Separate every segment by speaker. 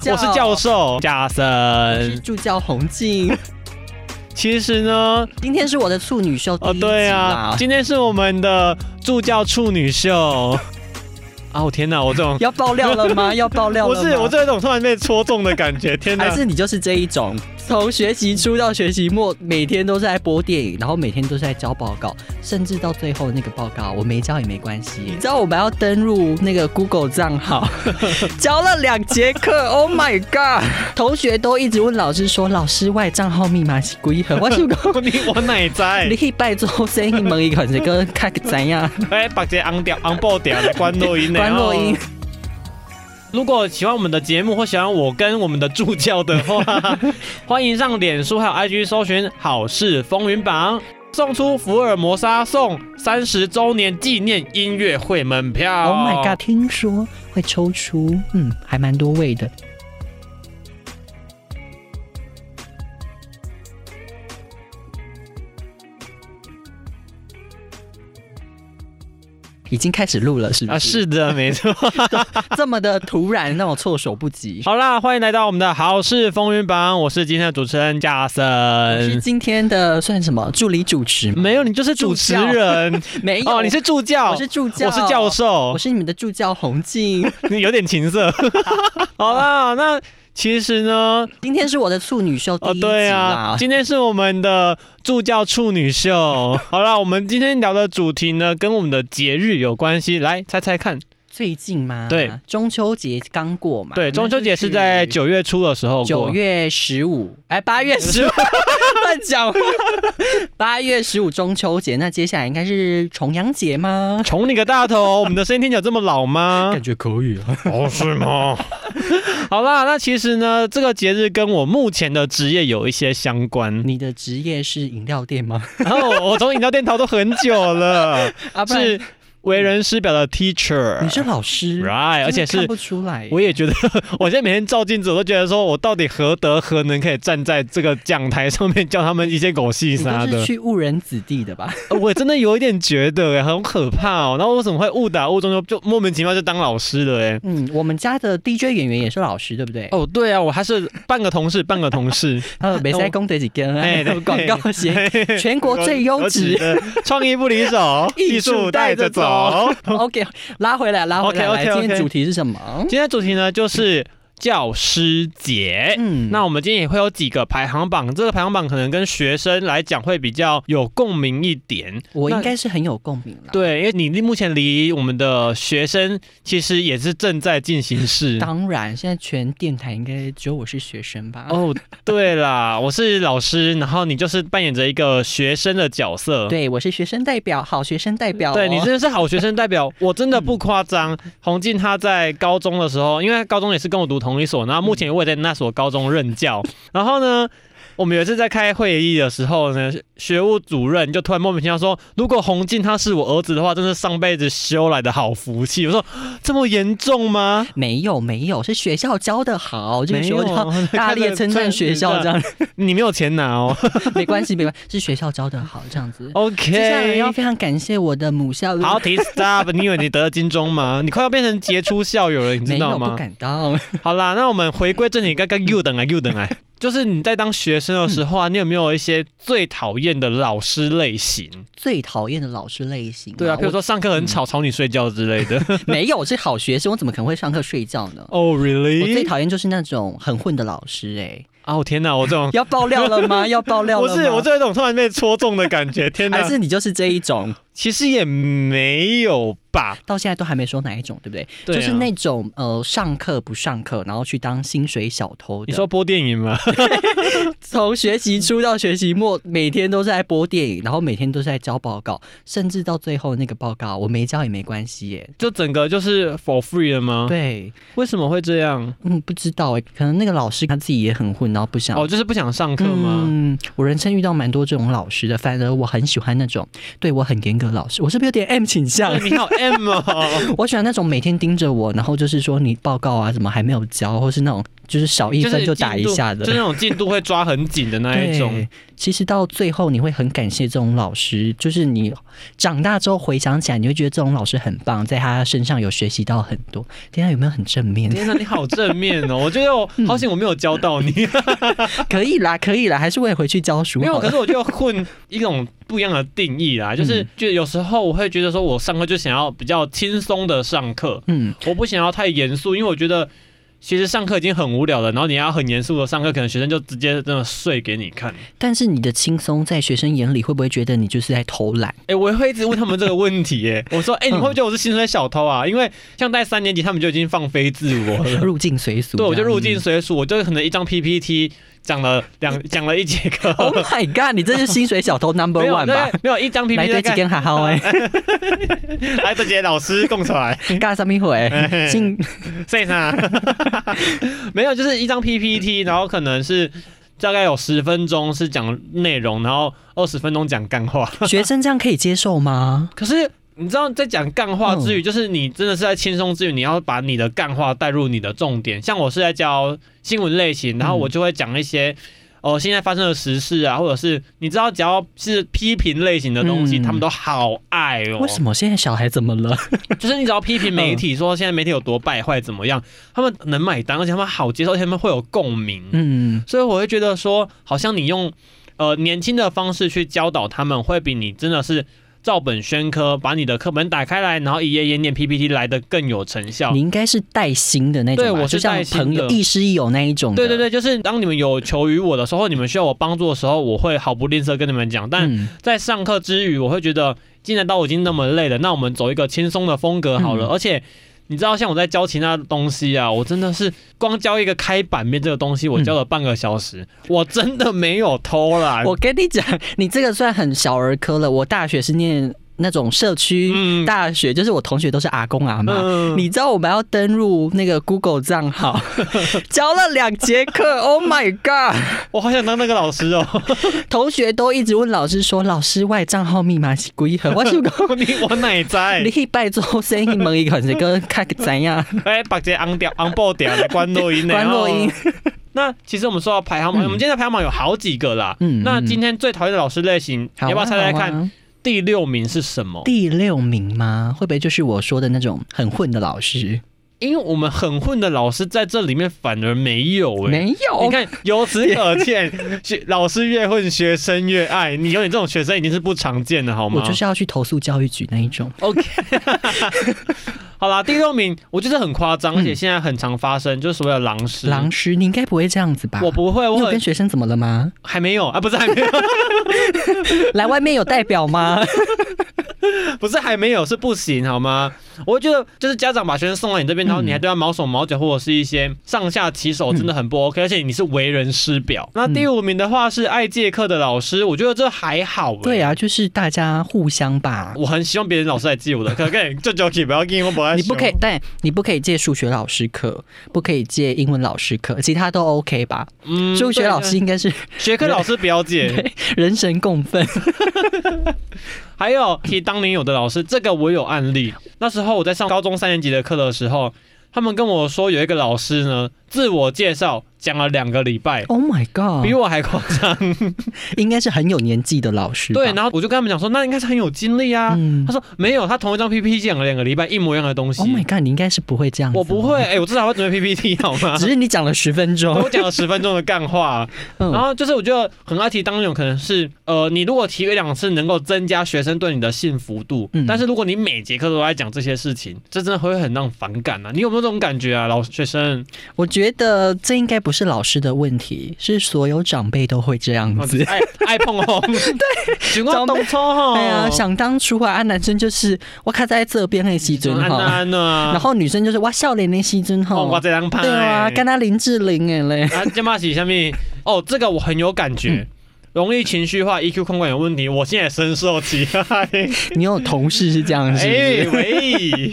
Speaker 1: 教，
Speaker 2: 我是教授嘉
Speaker 1: 是
Speaker 2: 森。
Speaker 1: 助教洪 静。
Speaker 2: 其实呢，
Speaker 1: 今天是我的处女秀第
Speaker 2: 哦，
Speaker 1: 一集啦
Speaker 2: 对啊，今天是我们的助教处女秀。啊，我天哪，我这种
Speaker 1: 要爆料了 吗？ 要爆料
Speaker 2: 不
Speaker 1: 了吗？
Speaker 2: 是我这种突然被戳中的感觉，天
Speaker 1: 还
Speaker 2: 哪！
Speaker 1: 是你就是这一种，从学习初到学习末，每天都是在播电影，然后每天都是在交报告，甚至到最后那个报告我没交也没关
Speaker 2: 嗯
Speaker 1: 系。你知道我们要登录那个 Google 账 号，交了两节课，Oh my god！同学都一直问老师说，老师外账号密码是几何？我是 讲
Speaker 2: 你我奶在
Speaker 1: 你，去拜做生意问一个，这个看个怎样？
Speaker 2: 哎，把这昂掉昂爆掉来关录音呢，
Speaker 1: 关录音
Speaker 2: 哦。如果喜欢我们的节目或喜欢我跟我们的助教的 话，欢迎上脸书还有 IG 搜寻“好事风云榜”，送出福尔摩沙送三十周年纪念音乐会门票。
Speaker 1: Oh my god！听说会抽出，嗯，还蛮多位的。已经开始录了，是不
Speaker 2: 啊，是的，没错。
Speaker 1: 这么的突然，让我措手不及。
Speaker 2: 好啦，欢迎来到我们的《好事风云榜》，我是今天的主持人嘉
Speaker 1: 我是
Speaker 2: 森。
Speaker 1: 今天的算什么助理主持吗？
Speaker 2: 没有，你就是主持人
Speaker 1: 没有，
Speaker 2: 哦，你是助教，
Speaker 1: 哎我是助教，
Speaker 2: 我是教，授
Speaker 1: 我，是你们的助教洪静。
Speaker 2: 你 有点情 色。好啦，那其实呢，
Speaker 1: 今天是我的处女秀第
Speaker 2: 哦，
Speaker 1: 一集啦，
Speaker 2: 对啊，今天是我们的助教处 女秀。好啦，我们今天聊的主题呢，跟我们的节日有关系，来猜 猜看。
Speaker 1: 最近吗？
Speaker 2: 对，
Speaker 1: 中秋节刚过嘛。
Speaker 2: 对，中秋节是在九月初的时候过，
Speaker 1: 九月十五，哎，八月十五， 乱讲话。八月十五中秋节，那接下来应该是重阳节吗？
Speaker 2: 宠你个大头！我们的声音听起来这么老吗？
Speaker 1: 觉口语啊。
Speaker 2: 哦，是吗？ 好啦，那其实呢，这个节日跟我目前的职业有一些相 关。
Speaker 1: 你的职业是饮料店吗？
Speaker 2: 然后我我从饮料店逃都很久了，
Speaker 1: 啊，不然
Speaker 2: 是为人师表的 teacher。
Speaker 1: 你是老师
Speaker 2: right，而且
Speaker 1: 真的看
Speaker 2: 是。
Speaker 1: 不出来。
Speaker 2: 我也觉得，我现在每天照镜子，我都觉得说，我到底何德何能可以站在这个讲台上面教他们一些狗戏
Speaker 1: 你
Speaker 2: 啥
Speaker 1: 都是
Speaker 2: 的？
Speaker 1: 去误人子弟的吧？
Speaker 2: 呃我真的有一点觉得、欸，很可怕哦、然后为什么会误打误撞就就莫名其妙就当老师了、欸？哎，
Speaker 1: 嗯，我们家的 DJ 演员也是老师，对不对？
Speaker 2: 哦，对啊，我还是半个同事，半个同事。
Speaker 1: 呃，没在功德几根，哎，
Speaker 2: 对哎
Speaker 1: 广告协全国最优质。
Speaker 2: 的创意不离手，
Speaker 1: 艺
Speaker 2: 艺
Speaker 1: 术
Speaker 2: 术
Speaker 1: 带
Speaker 2: 带
Speaker 1: 着
Speaker 2: 着
Speaker 1: 走
Speaker 2: 走。
Speaker 1: OK，拉回来，拉回来。来
Speaker 2: OK，OK，OK
Speaker 1: 今天主题是什么？
Speaker 2: 今天的主题呢，就是教师节。
Speaker 1: 嗯
Speaker 2: 哎那我们今天也会有几个排行榜，这个排行榜可能跟学生来讲会比较有共鸣一点。
Speaker 1: 我应
Speaker 2: 那
Speaker 1: 该是很有共鸣啦。，
Speaker 2: 对，因为你目前离我们的学生其实也是正在进行 式。
Speaker 1: 当然，现在全电台应该只有我是学生吧？哦，
Speaker 2: 哦，对啦， 我是老师，然后你就是扮演着一个学生的角色。
Speaker 1: 对，哦我是学生代表，好学生代表、
Speaker 2: 对你真
Speaker 1: 是
Speaker 2: 的是好学生代 表，我真的不夸
Speaker 1: 嗯
Speaker 2: 张。洪静他在高中的时候，因为他高中也是跟我读同一所，然后目前我也在那所高中任 教。然后呢，我们有一次在开会议的时候呢，学务主任就突然莫名其妙说：“如果洪静他是我儿子的话，真是上辈子修来的好福气。”我说：“这么严重吗？”
Speaker 1: 没有没有，是学校教的好，这个
Speaker 2: 没
Speaker 1: 时候
Speaker 2: 有
Speaker 1: 就要
Speaker 2: 啊
Speaker 1: 大力地称赞学校，这，样
Speaker 2: 你没有钱拿哦。
Speaker 1: 没关系没关系，是学校教的好这样 子。接下来
Speaker 2: OK，
Speaker 1: 要非常感谢我的母校，
Speaker 2: 哦好，停 stop！你以为你得了金钟吗？你快要变成杰出校友了，你
Speaker 1: 没
Speaker 2: 知道
Speaker 1: 有
Speaker 2: 吗？
Speaker 1: 不敢当。
Speaker 2: 好啦，那我们回归正题，刚刚又等来啊又 等来，就是你在当学生的时候
Speaker 1: 嗯
Speaker 2: 啊，你有没有一些最讨厌的老师类型？
Speaker 1: 最讨厌的老师类型，
Speaker 2: 对啊，
Speaker 1: 我嗯
Speaker 2: 比如说上课很吵，吵你睡觉之类的。
Speaker 1: 没有，我是好学生，我怎么可能会上课睡觉呢？
Speaker 2: 哦
Speaker 1: 我最
Speaker 2: ，really？
Speaker 1: 讨厌就是那种很混的老师、哎，
Speaker 2: 啊，我天哪，我这种
Speaker 1: 要爆料了 吗？要爆料
Speaker 2: 不
Speaker 1: 了吗？
Speaker 2: 是我这种突然被戳中的感觉，天
Speaker 1: 还
Speaker 2: 哪！
Speaker 1: 是你就是这一种，
Speaker 2: 其实也没有吧，
Speaker 1: 到现在都还没说哪一种，对不对？
Speaker 2: 对啊
Speaker 1: 就是那种呃，上课不上课，然后去当薪水小偷的。
Speaker 2: 你说播电影 吗？
Speaker 1: 从学习初到学习末，每天都是在播电影，然后每天都是在交报告，甚至到最后那个报告我没交也没关系耶。
Speaker 2: 就整个就是 for free 了吗？
Speaker 1: 对，
Speaker 2: 为什么会这样？
Speaker 1: 嗯，不知道哎，可能那个老师他自己也很混，然后不想
Speaker 2: 哦，就是不想上课吗？
Speaker 1: 嗯，我人生遇到蛮多这种老师的，反而我很喜欢那种对我很严格的老师。我是不是有点 M 倾向
Speaker 2: 对，？你好 M 哦。
Speaker 1: 我喜欢那种每天盯着我，然后就是说你报告啊什么还没有交，或是那种就是少 一
Speaker 2: 就是
Speaker 1: 分就打一
Speaker 2: 进度
Speaker 1: 下的，
Speaker 2: 就那种进度会抓很紧的那一种
Speaker 1: 对。，其实到最后你会很感谢这种老师，就是你长大之后回想起来，你会觉得这种老师很棒，在他身上有学习到很多。天啊，有没有很正面？
Speaker 2: 天哪，你好正面 哦！我觉得我
Speaker 1: 嗯
Speaker 2: 好险我没有教到你，
Speaker 1: 可以啦，可以啦，还是我也回去教书
Speaker 2: 没有。
Speaker 1: 好
Speaker 2: 可
Speaker 1: 了。
Speaker 2: 是我就混一种不一样的定义啦，就是
Speaker 1: 嗯
Speaker 2: 就有时候我会觉得说，我上课就想要比较轻松的上课，
Speaker 1: 嗯，
Speaker 2: 我不想要太严肃，因为我觉得其实上课已经很无聊了，然后你要很严肃的上课，可能学生就直接真的睡给你看。
Speaker 1: 但是你的轻松在学生眼里会不会觉得你就是在偷懒？
Speaker 2: 哎、我会一直问他们这个问题、耶，我说，哎、你会不会觉得我是薪水小偷啊？因为像在三年级，他们就已经放飞自我 了。
Speaker 1: 入境随俗这
Speaker 2: 对，
Speaker 1: 样，
Speaker 2: 我就入境
Speaker 1: 嗯。
Speaker 2: 随俗，我就可能一张 PPT 讲了两讲了一节课，
Speaker 1: Oh my god！你这是薪水小偷 number
Speaker 2: 没有
Speaker 1: one 吧？
Speaker 2: 对没有一张 PPT
Speaker 1: 来
Speaker 2: 大
Speaker 1: 得几
Speaker 2: 概
Speaker 1: 根哈 哈哎，
Speaker 2: 来这节老师供出来，
Speaker 1: 干什么 会？进
Speaker 2: 谁呢？ 没有，就是一张 PPT，然后可能是大概有十分钟是讲内容，然后二十分钟讲干话。
Speaker 1: 学生这样可以接受吗？
Speaker 2: 可是你知道，在讲干话之余，
Speaker 1: 嗯
Speaker 2: 就是你真的是在轻松之余，你要把你的干话带入你的重点。像我是在教新闻类型，
Speaker 1: 嗯
Speaker 2: 然后我就会讲一些。哦，现在发生的时事啊，或者是你知道，只要是批评类型的东西，
Speaker 1: 嗯
Speaker 2: 他们都好爱哦。
Speaker 1: 为什么嗯现在小孩怎么了？
Speaker 2: 就是你只要批评媒体说现在媒体有多败坏怎么样，他们能买单，而且他们好接受，而且他们会有共鸣。
Speaker 1: 嗯，
Speaker 2: 所以我会觉得说，好像你用呃年轻的方式去教导他们，会比你真的是照本宣科，把你的课本打开来，然后一页页念 PPT 来的更有成效
Speaker 1: 你。应该是带薪的那种吧，
Speaker 2: 对我是
Speaker 1: 就像
Speaker 2: 带薪的
Speaker 1: 朋友亦师亦友那一种。
Speaker 2: 对对，对，就是当你们有求于我的时候，你们需要我帮助的时候，我会毫不吝啬跟你们讲。但
Speaker 1: 嗯
Speaker 2: 在上课之余，我会觉得，既然到我已经那么累了，那我们走一个轻松的风格好了。
Speaker 1: 嗯
Speaker 2: 而且你知道，像我在教其他东西啊，我真的是光教一个开版面这个东西，我教了半个小时，我真的没有偷懒。
Speaker 1: 嗯我跟你讲，你这个算很小儿科了。我大学是念那种社区
Speaker 2: 嗯
Speaker 1: 大学，就是我同学都是阿公阿妈。
Speaker 2: 嗯
Speaker 1: 你知道我们要登录那个 Google 账 号，教了两节课。Oh my god！
Speaker 2: 我好想当那个老 师哦！
Speaker 1: 同学都一直问老师说：“老师，外账号密码是几何？”我就讲
Speaker 2: 你我奶在
Speaker 1: 你，去拜做生意问一个这个看个怎 样？
Speaker 2: 哎，把这昂掉昂爆掉的关录音呢，
Speaker 1: 关录音
Speaker 2: 哦。那其实我们说到排行榜，
Speaker 1: 嗯
Speaker 2: 我们今天的排行榜有好几个啦。
Speaker 1: 嗯
Speaker 2: 那
Speaker 1: 嗯
Speaker 2: 今天最讨厌的老师类型，你
Speaker 1: 好啊
Speaker 2: 要不要猜猜
Speaker 1: 好啊
Speaker 2: 看第六名是什么？
Speaker 1: 第六名吗？会不会就是我说的那种很混的老师？
Speaker 2: 因为我们很混的老师在这里面反而没有哎、
Speaker 1: 没有，
Speaker 2: 你看，由此可见， 学老师越混，学生越爱。你有你这种学生已经是不常见的，好吗？
Speaker 1: 我就是要去投诉教育局那一种。
Speaker 2: OK，好啦，第六名，我觉得很夸张，而且现在很常发生，就是所谓的狼师。
Speaker 1: 嗯狼师，你应该不会这样子吧？
Speaker 2: 我不会，
Speaker 1: 你
Speaker 2: 我
Speaker 1: 有
Speaker 2: 很
Speaker 1: 跟学生怎么了吗？
Speaker 2: 还没有啊，不是还没有，
Speaker 1: 来外面有代表 吗？
Speaker 2: 不是还没有，是不行好吗？我觉得就是家长把学生送来你这边，然后
Speaker 1: 嗯
Speaker 2: 你还对他毛手毛脚，或者是一些上下其手，真的很不 OK，、而且你是为人师表。
Speaker 1: 嗯
Speaker 2: 那第五名的话是爱借课的老师，我觉得这还好、欸。
Speaker 1: 对。啊，就是大家互相吧。
Speaker 2: 我很希望别人老师来借我的课，可以这就可以不要给我不要。
Speaker 1: 你不可以，但你不可以借数学老师课，不可以借英文老师课，其他都 OK 吧？
Speaker 2: 嗯
Speaker 1: 数学老、
Speaker 2: 对
Speaker 1: 师应该是
Speaker 2: 学科老师不要借。
Speaker 1: 人神共 愤。
Speaker 2: 还有提当年有的老师，这个我有案例。那时候我在上高中三年级的课的时候，他们跟我说有一个老师呢，自我介绍讲了两个礼拜，
Speaker 1: Oh my
Speaker 2: 比
Speaker 1: god！
Speaker 2: 我还夸张。
Speaker 1: 应该是很有年纪的老师吧。
Speaker 2: 对，然后我就跟他们讲说，那应该是很有经历啊。
Speaker 1: 嗯
Speaker 2: 他说没有，他同一张 PPT 讲啊了两个礼拜一模一样的东西。
Speaker 1: ，Oh my god！你应该是不会这样子。
Speaker 2: 我不会，，哎、我至少会准备 PPT 好吗？
Speaker 1: 只是你讲了十分钟
Speaker 2: 我。啊讲了十分钟的干话，
Speaker 1: 嗯
Speaker 2: 然后就是我觉得很爱提当那种可能是呃，你如果提一两次能够增加学生对你的信服度，
Speaker 1: 嗯
Speaker 2: 但是如果你每节课都在讲这些事情，这真的会很让反感啊！你有没有这种感觉啊，老 学生？
Speaker 1: 我觉得这应该不是老师的问题，是所有长辈都会这样
Speaker 2: 哦
Speaker 1: 子。
Speaker 2: 爱爱碰 红， 对，情况懂错哦。
Speaker 1: 哎呀，想当初啊，啊男生就是我卡在这边的西尊
Speaker 2: 安
Speaker 1: 哈，
Speaker 2: 安 啊，
Speaker 1: 然后女生就是哇笑脸的西尊
Speaker 2: 哦，我
Speaker 1: 哈，
Speaker 2: 这张拍，
Speaker 1: 对啊，跟他林志玲哎嘞，
Speaker 2: 啊，这嘛是下面哦，这个我很有感
Speaker 1: 嗯
Speaker 2: 觉。容易情绪化，EQ 控管有问题，我现在也深 受其害。
Speaker 1: 你有同事是这样是不
Speaker 2: 哎
Speaker 1: 是？
Speaker 2: 喂，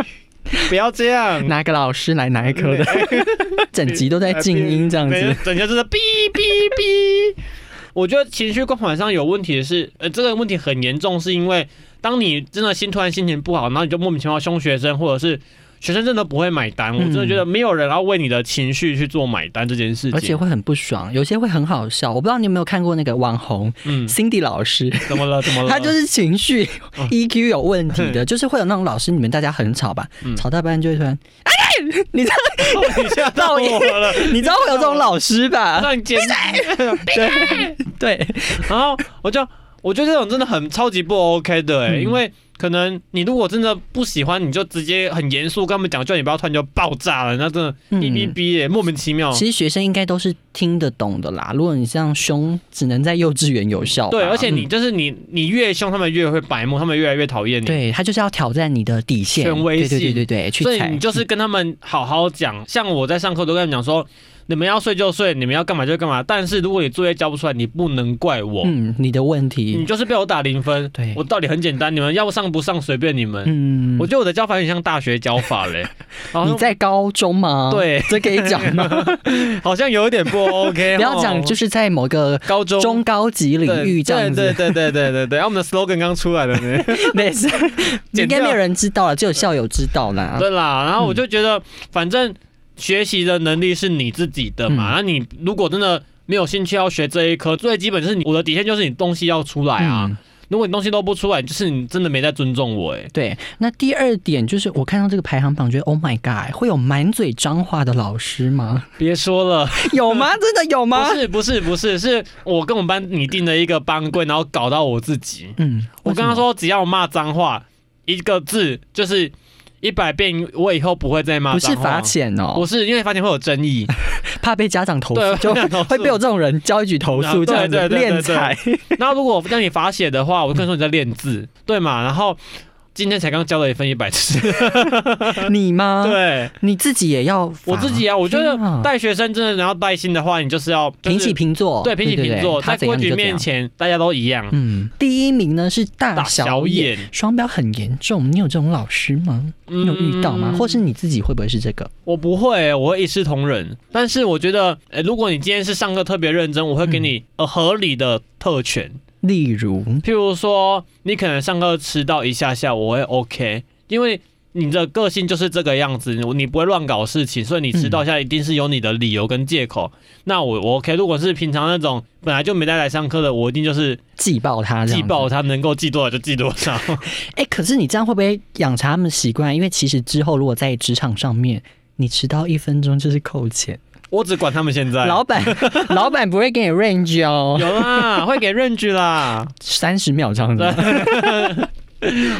Speaker 2: 不要这 样，
Speaker 1: 哪个老师来哪一 科的，整集都在静音这样
Speaker 2: 啊对
Speaker 1: 子。，
Speaker 2: 整天就是哔哔哔。我觉得情绪控管上有问题的是，呃，这个问题很严重，是因为当你真的心突然心情不好，然后你就莫名其妙凶学生，或者是学生真的不会买
Speaker 1: 嗯
Speaker 2: 单，我真的觉得没有人要为你的情绪去做买单这件事情。
Speaker 1: 而且会很不爽，有些会很好笑。我不知道你有没有看过那个网红
Speaker 2: 嗯，
Speaker 1: Cindy 老师，
Speaker 2: 怎么了？怎么 了？
Speaker 1: 他就是情绪
Speaker 2: 哦
Speaker 1: EQ 有问题的，就是会有那种老师，你们大家很吵吧，
Speaker 2: 嗯
Speaker 1: 吵到班就会突然，哎，你知道
Speaker 2: 哦你吓到 我了，
Speaker 1: 你知道会有这种老师吧？
Speaker 2: 让你尖
Speaker 1: 对，
Speaker 2: 然后我就我觉得这种真的很超级不 OK 的哎、
Speaker 1: 嗯
Speaker 2: 因为可能你如果真的不喜欢，你就直接很严肃跟他们讲，叫你不要突然就爆炸了，那真的
Speaker 1: 嗯
Speaker 2: 哔哔哔哎，莫名其妙。
Speaker 1: 其实学生应该都是听得懂的啦。如果你这样凶，只能在幼稚园有效吧。
Speaker 2: 对，而且你
Speaker 1: 嗯
Speaker 2: 就是你，你越凶，他们越会白目，他们越来越讨厌你。
Speaker 1: 对他就是要挑战你的底线，
Speaker 2: 权威
Speaker 1: 对对对
Speaker 2: 性
Speaker 1: 对对，去
Speaker 2: 所以
Speaker 1: 踩
Speaker 2: 你就是跟他们好好讲，像我在上课都跟他们讲说，你们要睡就睡，你们要干嘛就干嘛。但是如果你作业交不出来，你不能怪我，
Speaker 1: 嗯你的问
Speaker 2: 你
Speaker 1: 题，
Speaker 2: 就是被我打零分。
Speaker 1: 对
Speaker 2: 我道理很简单，你们要上不上随便你们。
Speaker 1: 嗯
Speaker 2: 我觉得我的教法有点像大学教 法嘞，然
Speaker 1: 你
Speaker 2: 后
Speaker 1: 在高中吗？，
Speaker 2: 哦对，
Speaker 1: 这可以讲 吗？
Speaker 2: 好像有一点不 OK 哦。
Speaker 1: 不要讲，就是在某个
Speaker 2: 高中
Speaker 1: 中高级领域这样
Speaker 2: 对
Speaker 1: 子，
Speaker 2: 对对对对对 对。然后我们的 slogan 刚出来了呢。
Speaker 1: 没事，应
Speaker 2: 剪
Speaker 1: 该
Speaker 2: 掉
Speaker 1: 没有人知道了，只有校友知道啦。
Speaker 2: 对啦，啊然后我就觉得，反正学习的能力是你自己的
Speaker 1: 嗯
Speaker 2: 嘛，那你如果真的没有兴趣要学这一科，最基本是你我的底线就是你东西要出来啊。
Speaker 1: 嗯
Speaker 2: 如果你东西都不出来，就是你真的没在尊重我哎、
Speaker 1: 对，那第二点就是我看到这个排行榜，觉得 Oh my God，会有满嘴脏话的老师 吗？
Speaker 2: 别说了，
Speaker 1: 有吗？真的有 吗
Speaker 2: 不？是不是不是，是我跟我们班拟定的一个班规，然后搞到我自己。
Speaker 1: 嗯，
Speaker 2: 我跟他
Speaker 1: 为什么，
Speaker 2: 说，只要我骂脏话一个字，就是一百遍，我以后不会再骂
Speaker 1: 不是
Speaker 2: 脏话。
Speaker 1: 罚钱哦
Speaker 2: 不，是因为罚钱会有争 议，
Speaker 1: 怕被家长投
Speaker 2: 对
Speaker 1: 诉，就
Speaker 2: 会被投诉
Speaker 1: 会被我这种人教一局投诉
Speaker 2: 啊
Speaker 1: 这样子
Speaker 2: 对对对
Speaker 1: 练
Speaker 2: 对对
Speaker 1: 财。
Speaker 2: 然后如果让你罚写的话，我跟你说你在练字，对嘛？然后今天才刚交了一份一百次，
Speaker 1: 你吗？，
Speaker 2: 对
Speaker 1: 你自己也要啊罚，
Speaker 2: 我自己啊，我觉
Speaker 1: 天啊
Speaker 2: 得带学生真的然后带薪的话，你就是要
Speaker 1: 平起。平坐，
Speaker 2: 就是对，平起平坐，
Speaker 1: 对对他
Speaker 2: 在
Speaker 1: 怎
Speaker 2: 规
Speaker 1: 样你
Speaker 2: 矩
Speaker 1: 就怎
Speaker 2: 面
Speaker 1: 样。
Speaker 2: 前，大家都一样。
Speaker 1: 嗯，第一名呢是大
Speaker 2: 大
Speaker 1: 小
Speaker 2: 小
Speaker 1: 眼，
Speaker 2: 眼，嗯
Speaker 1: 双标很严重。你有这种老师吗？你
Speaker 2: 你
Speaker 1: 有遇到吗？或是你自己会不会是这个？
Speaker 2: 我不会、我会一视同仁。但是我觉得，呃，如果你今天是上课特别认真，我会给你呃合理的特权。
Speaker 1: 例如，
Speaker 2: 譬如说，你可能上课迟到一下下，我会 OK，因为你的个性就是这个样子，你你不会乱搞事情，所以你迟到一下一定是有你的理由跟借口。那我我 OK，如果是平常那种本来就没带来上课的，我一定就是
Speaker 1: 记爆他这样
Speaker 2: 记
Speaker 1: 子，
Speaker 2: 爆他，能够记多少就记多少。
Speaker 1: 哎、可是你这样会不会养成他们习惯？因为其实之后如果在职场上面，你迟到一分钟就是扣钱，
Speaker 2: 我只管他们现在。
Speaker 1: 老 板老板不会给你 range 哦，
Speaker 2: 有啦，会给 range 啦，
Speaker 1: 三十秒这样子。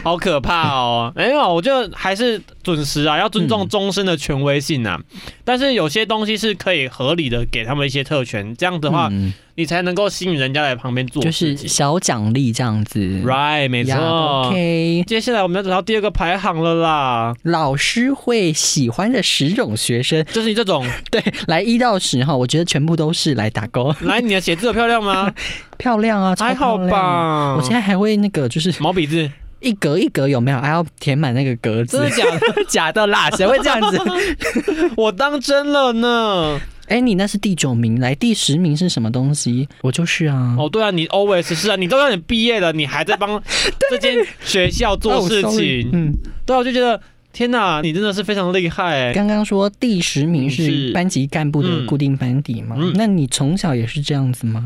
Speaker 2: 好可怕哦！没有，我就还是准时啊，要尊重终身的权威性啊。但是有些东西是可以合理的给他们一些特权，这样的话，
Speaker 1: 嗯、
Speaker 2: 你才能够吸引人家来旁边做
Speaker 1: 就
Speaker 2: 事
Speaker 1: 是
Speaker 2: 情。
Speaker 1: 小奖励这样子
Speaker 2: right，没错。
Speaker 1: 呀 OK，
Speaker 2: 接下来我们要走到第二个排行了啦，
Speaker 1: 老师会喜欢的十种学生，
Speaker 2: 就是你这种，
Speaker 1: 对，来一到十哈，我觉得全部都是来打勾，
Speaker 2: 来，你的写字有漂亮 吗？
Speaker 1: 漂亮啊，超
Speaker 2: 还好
Speaker 1: 漂亮。
Speaker 2: 吧。
Speaker 1: 我现在还会那个，就是
Speaker 2: 毛笔字，
Speaker 1: 一格一格有没有？还要填满那个格
Speaker 2: 真的
Speaker 1: 子，
Speaker 2: 假的？
Speaker 1: 假的啦，谁会这样子？
Speaker 2: 我当真了呢。
Speaker 1: 哎、你那是第九名，来第十名是什么东西？我就是啊，
Speaker 2: 哦，对啊，你 always 是啊，你都让你毕业了，你还在 帮这间学校做事
Speaker 1: 哦，sorry，
Speaker 2: 情。
Speaker 1: 嗯，
Speaker 2: 对啊，我就觉得天哪，你真的是非常厉害、欸。
Speaker 1: 刚刚说第十名是
Speaker 2: 是
Speaker 1: 班级干部的
Speaker 2: 嗯
Speaker 1: 固定班底嘛？
Speaker 2: 嗯
Speaker 1: 那你从小也是这样子吗？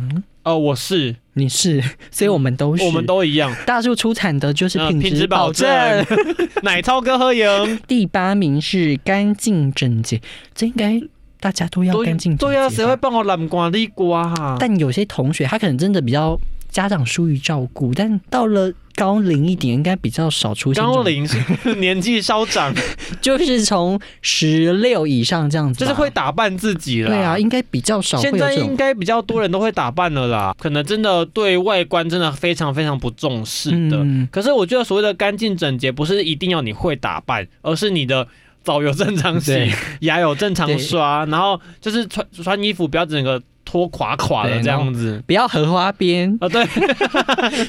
Speaker 2: 哦，我是，
Speaker 1: 你是，所以我们都是，
Speaker 2: 我们都一样。
Speaker 1: 大树出产的就是
Speaker 2: 呃
Speaker 1: 品
Speaker 2: 品质
Speaker 1: 质
Speaker 2: 保
Speaker 1: 保证。
Speaker 2: 奶超哥喝赢，
Speaker 1: 第八名是干净整洁，这应该大家都要
Speaker 2: 对
Speaker 1: 干净整洁吧。
Speaker 2: 对啊，谁会帮我揽瓜地瓜啊？
Speaker 1: 但有些同学他可能真的比较家长疏于照顾，但到了高龄一点，应该比较少出现这种。
Speaker 2: 高龄是 年纪稍 长，
Speaker 1: 就是从十六以上这样子
Speaker 2: 就
Speaker 1: 吧，
Speaker 2: 是会打扮自己了。
Speaker 1: 对啊，。应该比较少会有
Speaker 2: 现在
Speaker 1: 这
Speaker 2: 应
Speaker 1: 种。
Speaker 2: 该比较多人都会打扮了啦，可能真的对外观真的非常非常不重视的。
Speaker 1: 嗯
Speaker 2: 可是我觉得所谓的干净整洁，不是一定要你会打扮，而是你的澡有正常洗
Speaker 1: 对，
Speaker 2: 牙有正常刷，然后就是穿穿衣服不要整个拖垮垮的
Speaker 1: 对
Speaker 2: 这样子。
Speaker 1: 不要荷花 边，
Speaker 2: 啊，对，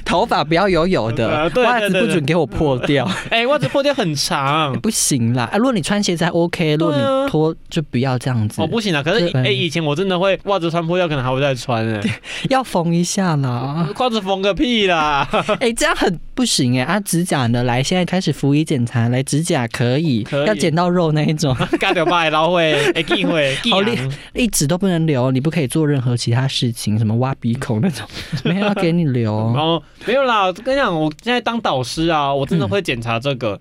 Speaker 1: 头发不要油油的，
Speaker 2: 对对对
Speaker 1: 袜子不准给我破掉，，
Speaker 2: 哎、袜子破掉很长
Speaker 1: 不行啦。啊，如果你穿鞋子还 OK，如果
Speaker 2: 对啊
Speaker 1: 你脱就不要这样子
Speaker 2: 哦，，不行啊。可是，
Speaker 1: 对
Speaker 2: 哎、以前我真的会袜子穿破掉，可能还会再穿哎、
Speaker 1: 要缝一下啦。
Speaker 2: 袜子缝个屁啦，
Speaker 1: 哎、这样很不行哎、啊，指甲呢？来，现在开始服仪检查，来指甲可以，
Speaker 2: 可以
Speaker 1: 要剪到肉那一 种，
Speaker 2: 干掉吧，老会，啊哎、忌讳，忌
Speaker 1: 好
Speaker 2: 讳
Speaker 1: 厉。一直都不能留，你不可以做任何其他事情，什么挖鼻孔那 种，没有要给你留
Speaker 2: 然
Speaker 1: 哦。
Speaker 2: 后没有啦，我跟你讲，我现在当导师啊，我
Speaker 1: 嗯
Speaker 2: 真的会检查这个。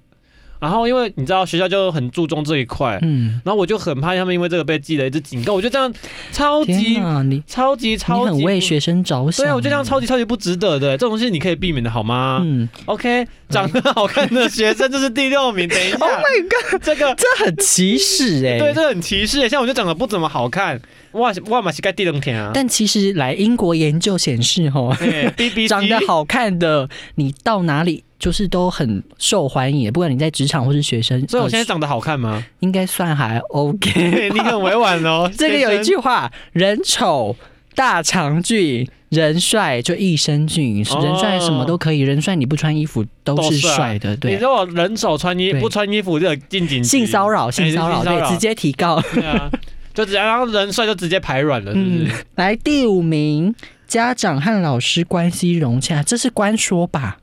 Speaker 2: 然后因为你知道学校就很注重这一块，
Speaker 1: 嗯，
Speaker 2: 然后我就很怕他们因为这个被记了一次警告，我就这样超级
Speaker 1: 天哪，你
Speaker 2: 超级
Speaker 1: 你
Speaker 2: 超级
Speaker 1: 很为学生着想。哎
Speaker 2: 对啊，我就这样超级超级不值得的，这种东西你可以避免的好吗、
Speaker 1: 嗯
Speaker 2: o k 长得好看的学生就是第六名，等一下
Speaker 1: ，Oh my god，
Speaker 2: 这个。
Speaker 1: 这很歧视哎、
Speaker 2: 对，这很歧视。像我就长得不怎么好看，哇哇马西盖第冷天啊，
Speaker 1: 但其实来英国研究显示， 哦，
Speaker 2: 哎 BBC
Speaker 1: 长得好看的，你到哪里就是都很受欢迎，不管你在职场或是学生。
Speaker 2: 所以我现在
Speaker 1: 呃
Speaker 2: 长得好 看吗？
Speaker 1: 应该算还 OK。
Speaker 2: 你很委婉哦
Speaker 1: 。这个有
Speaker 2: 先
Speaker 1: 一
Speaker 2: 生
Speaker 1: 句话：人丑大肠俊，人帅就一身俊。
Speaker 2: 哦
Speaker 1: 人帅什么都可以，人帅你不穿衣服都是帅的。
Speaker 2: 哦你
Speaker 1: 对，
Speaker 2: 如果人手穿衣
Speaker 1: 对
Speaker 2: 不穿衣服就有进警局
Speaker 1: 性骚扰，性骚
Speaker 2: 哎
Speaker 1: 扰，
Speaker 2: 性骚
Speaker 1: 对，
Speaker 2: 扰
Speaker 1: 直接提告。
Speaker 2: 对啊，就直接然后人帅就直接排卵了，是不
Speaker 1: 嗯
Speaker 2: 是？，
Speaker 1: 来第五名，家长和老师关系融洽，这是官说吧？